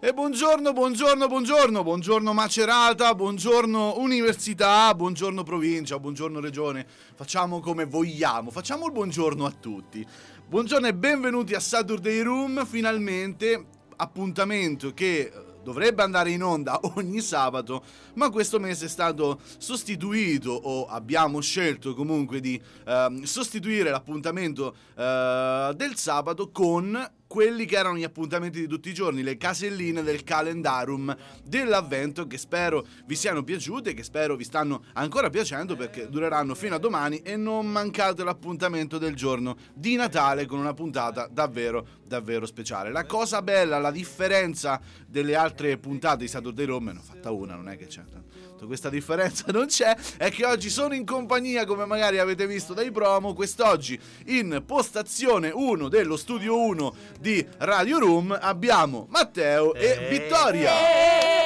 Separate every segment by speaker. Speaker 1: E buongiorno, buongiorno, buongiorno, buongiorno Macerata, buongiorno Università, buongiorno Provincia, buongiorno Regione. Facciamo come vogliamo, facciamo il buongiorno a tutti. Buongiorno e benvenuti a Saturday Room, finalmente appuntamento che eh, dovrebbe andare in onda ogni sabato, ma questo mese è stato sostituito o abbiamo scelto comunque di ehm, sostituire l'appuntamento eh, del sabato con quelli che erano gli appuntamenti di tutti i giorni, le caselline del calendarum dell'avvento che spero vi siano piaciute, che spero vi stanno ancora piacendo perché dureranno fino a domani e non mancate l'appuntamento del giorno di Natale con una puntata davvero davvero speciale. La cosa bella, la differenza delle altre puntate di Saturday Rome, ne ho fatta una, non è che c'è tanto questa differenza non c'è, è che oggi sono in compagnia come magari avete visto dai promo, quest'oggi in postazione 1 dello studio 1 di Radio Room abbiamo Matteo e
Speaker 2: Eh.
Speaker 1: Vittoria.
Speaker 3: Eh,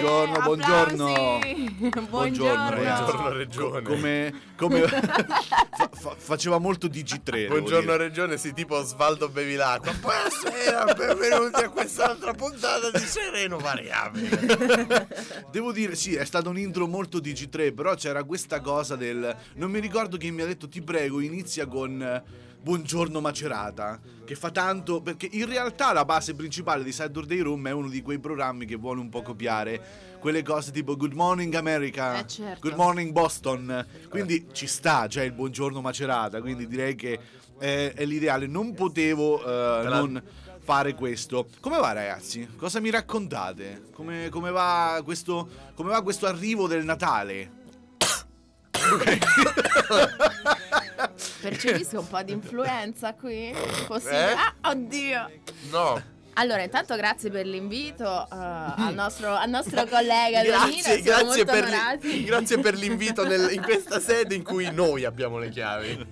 Speaker 1: Buongiorno,
Speaker 3: applausi.
Speaker 1: buongiorno.
Speaker 3: Buongiorno.
Speaker 1: ragazzi.
Speaker 2: Buongiorno, Regione.
Speaker 1: Co- come come- fa- fa- faceva molto Digi3. devo
Speaker 2: Buongiorno
Speaker 1: dire.
Speaker 2: Regione, sì, tipo Osvaldo Bevilacqua. Buonasera, benvenuti a quest'altra puntata di Sereno Variabile.
Speaker 1: Devo dire, sì, è stato un intro molto DG3, però c'era questa cosa del... Non mi ricordo chi mi ha detto, ti prego, inizia con... eh, Buongiorno Macerata, che fa tanto perché in realtà la base principale di Saturday Room è uno di quei programmi che vuole un po' copiare quelle cose tipo Good Morning America,
Speaker 3: Eh, certo.
Speaker 1: Good Morning Boston, quindi ci sta già il Buongiorno Macerata, quindi direi che è, è l'ideale, non potevo eh,
Speaker 2: la-
Speaker 1: non fare questo. Come va ragazzi? Cosa mi raccontate? Come, come va, questo, come va questo arrivo del Natale?
Speaker 3: Percepisco un po' di influenza qui.
Speaker 2: Eh?
Speaker 3: Possibile. Ah, oddio.
Speaker 2: No,
Speaker 3: Allora, intanto grazie per l'invito eh, al, nostro, al nostro collega Leonino. Siamo
Speaker 2: grazie,
Speaker 3: molto
Speaker 2: grazie per,
Speaker 3: onorati.
Speaker 2: grazie per l'invito nel- in questa sede in cui noi abbiamo le chiavi.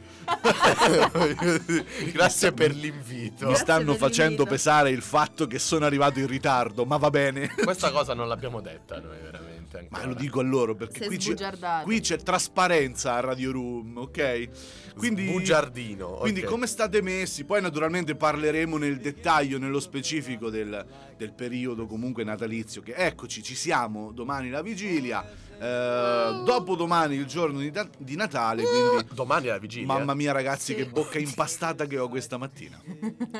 Speaker 2: grazie per l'invito.
Speaker 1: Mi stanno
Speaker 3: per
Speaker 1: facendo
Speaker 3: l'invito.
Speaker 1: pesare il fatto che sono arrivato in ritardo, ma va bene.
Speaker 2: Questa cosa non l'abbiamo detta noi veramente.
Speaker 1: Ma
Speaker 2: ancora.
Speaker 1: lo dico a loro perché
Speaker 3: Sei
Speaker 1: qui c'è,
Speaker 3: sbugiardato.
Speaker 1: qui c'è trasparenza a Radio Room, ok? Quindi,
Speaker 2: Bugiardino.
Speaker 1: quindi come state messi? Poi naturalmente parleremo nel dettaglio, nello specifico del, del periodo comunque natalizio. Che eccoci, ci siamo, domani la vigilia, eh, dopodomani il giorno di, da- di Natale, quindi...
Speaker 2: Domani è la vigilia.
Speaker 1: Mamma mia ragazzi
Speaker 3: Sì.
Speaker 1: che bocca impastata che ho questa mattina.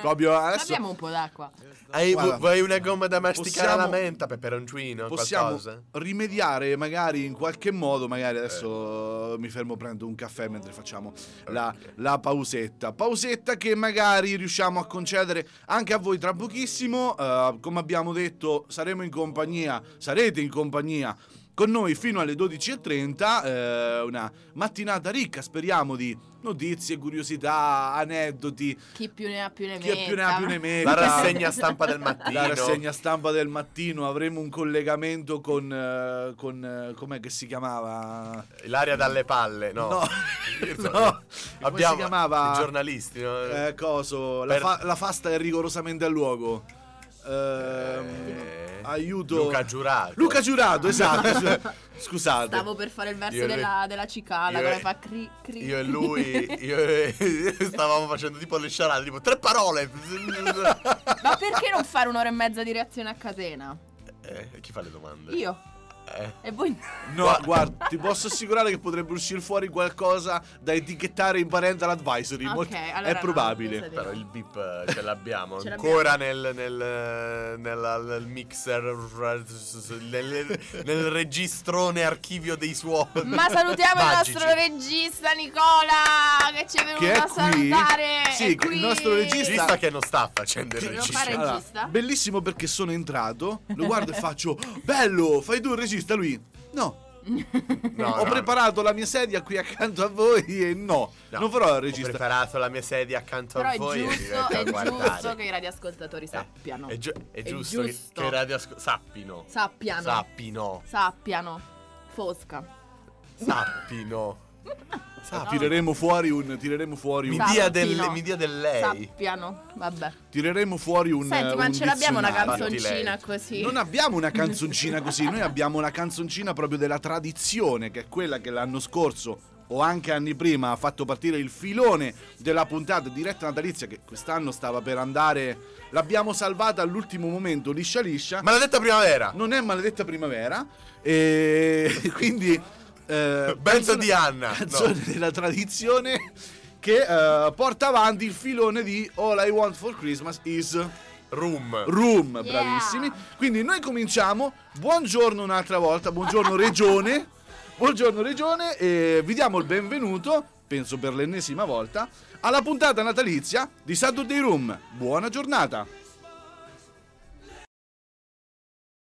Speaker 1: Proprio adesso...
Speaker 3: Abbiamo un po' d'acqua.
Speaker 2: Hai, vu-
Speaker 1: Guarda,
Speaker 2: vuoi una gomma da masticare alla
Speaker 1: possiamo-
Speaker 2: menta, peperoncino,
Speaker 1: possiamo
Speaker 2: qualcosa? eh?
Speaker 1: rimediare magari in qualche modo magari adesso
Speaker 2: Eh.
Speaker 1: mi fermo prendo un caffè mentre facciamo la,
Speaker 2: Ok.
Speaker 1: la pausetta pausetta che magari riusciamo a concedere anche a voi tra pochissimo Eh, come abbiamo detto saremo in compagnia sarete in compagnia con noi fino alle 12.30, eh, una mattinata ricca, speriamo, di notizie, curiosità, aneddoti,
Speaker 3: Chi più ne ha più ne
Speaker 1: Chi
Speaker 3: metta.
Speaker 1: è più ne ha più ne metta.
Speaker 2: La rassegna stampa del mattino.
Speaker 1: La rassegna stampa del mattino avremo un collegamento con. eh, con eh, com'è che si chiamava?
Speaker 2: L'aria dalle palle, no.
Speaker 1: No. No.
Speaker 2: Io-
Speaker 1: Come
Speaker 2: Abbiamo
Speaker 1: si chiamava?
Speaker 2: i giornalisti, no?
Speaker 1: Eh, coso. La,
Speaker 2: Per-
Speaker 1: fa- la fasta è rigorosamente a luogo. Ehm,
Speaker 2: Eh,
Speaker 1: aiuto.
Speaker 2: Luca Giurato.
Speaker 1: Luca Giurato, esatto. Scusate.
Speaker 3: Stavo per fare il verso
Speaker 2: Io e-
Speaker 3: della, della cicala,
Speaker 2: io
Speaker 3: come
Speaker 2: e-
Speaker 3: fa cri cri.
Speaker 2: Io e lui io e- stavamo facendo tipo le sciarate, tipo tre parole.
Speaker 3: Ma perché non fare un'ora e mezza di reazione a catena?
Speaker 2: Eh, chi fa le domande?
Speaker 3: Io.
Speaker 2: Eh.
Speaker 3: E voi...
Speaker 1: No, guarda, ti posso assicurare che potrebbe uscire fuori qualcosa da etichettare in parental advisory.
Speaker 3: Ok,
Speaker 1: molto-
Speaker 3: allora
Speaker 1: è
Speaker 3: no,
Speaker 1: probabile.
Speaker 3: pensa di
Speaker 2: Però
Speaker 3: no.
Speaker 2: il beep eh, ce l'abbiamo
Speaker 3: Ce
Speaker 2: ancora nel, nel, nella- nel mixer, nel, nel registrone archivio dei suoni.
Speaker 3: Ma salutiamo il
Speaker 2: Magici.
Speaker 3: nostro regista Nicola che ci è venuto
Speaker 1: Che è
Speaker 3: a
Speaker 1: qui.
Speaker 3: salutare.
Speaker 1: Sì,
Speaker 3: È
Speaker 1: il
Speaker 3: qui.
Speaker 1: nostro regista-
Speaker 2: regista che non sta facendo il
Speaker 3: Che non
Speaker 2: regista.
Speaker 3: fa
Speaker 1: Allora,
Speaker 3: regista?
Speaker 1: bellissimo perché sono entrato, lo guardo e faccio "Bello, fai tu il regista lui". No.
Speaker 2: No,
Speaker 1: ho
Speaker 2: no,
Speaker 1: preparato la mia sedia qui accanto a voi e no,
Speaker 2: no.
Speaker 1: non farò il
Speaker 2: Ho
Speaker 1: regista.
Speaker 2: preparato la mia sedia accanto
Speaker 3: Però
Speaker 2: a
Speaker 3: è
Speaker 2: voi e mi
Speaker 3: giusto,
Speaker 2: metto a
Speaker 3: è
Speaker 2: guardare. Eh,
Speaker 3: giusto che i radioascoltatori sappiano.
Speaker 2: È, giu- è
Speaker 3: È
Speaker 2: giusto, che-
Speaker 3: giusto.
Speaker 2: che i radiasco- sappino.
Speaker 3: Sappiano.
Speaker 2: Sappino.
Speaker 3: Sappiano. Fosca.
Speaker 2: Sappino.
Speaker 1: Ah,
Speaker 2: Sappino.
Speaker 1: tireremo fuori un tireremo fuori
Speaker 2: Mi
Speaker 1: un
Speaker 3: Sa-
Speaker 2: dia,
Speaker 3: Sappino.
Speaker 2: del, mi dia del lei.
Speaker 3: Sappiano. Vabbè.
Speaker 1: tireremo fuori un
Speaker 3: Senti, ma
Speaker 1: un
Speaker 3: ce l'abbiamo una
Speaker 1: dizionario.
Speaker 2: canzone?
Speaker 3: canzoncina
Speaker 2: Infatti
Speaker 3: così.
Speaker 1: Non abbiamo una canzoncina così, noi abbiamo una canzoncina proprio della tradizione che è quella che l'anno scorso o anche anni prima ha fatto partire il filone della puntata diretta natalizia che quest'anno stava per andare, l'abbiamo salvata all'ultimo momento, liscia liscia.
Speaker 2: Maledetta primavera.
Speaker 1: Non è maledetta primavera e quindi... eh,
Speaker 2: Benzo di Anna, no.
Speaker 1: Canzone della tradizione che eh, porta avanti il filone di All I Want For Christmas Is...
Speaker 2: Room.
Speaker 1: Room,
Speaker 3: Yeah.
Speaker 1: bravissimi. Quindi noi cominciamo. Buongiorno un'altra volta, buongiorno Regione. buongiorno Regione e vi diamo il benvenuto, penso per l'ennesima volta, alla puntata natalizia di Saturday Room. Buona giornata.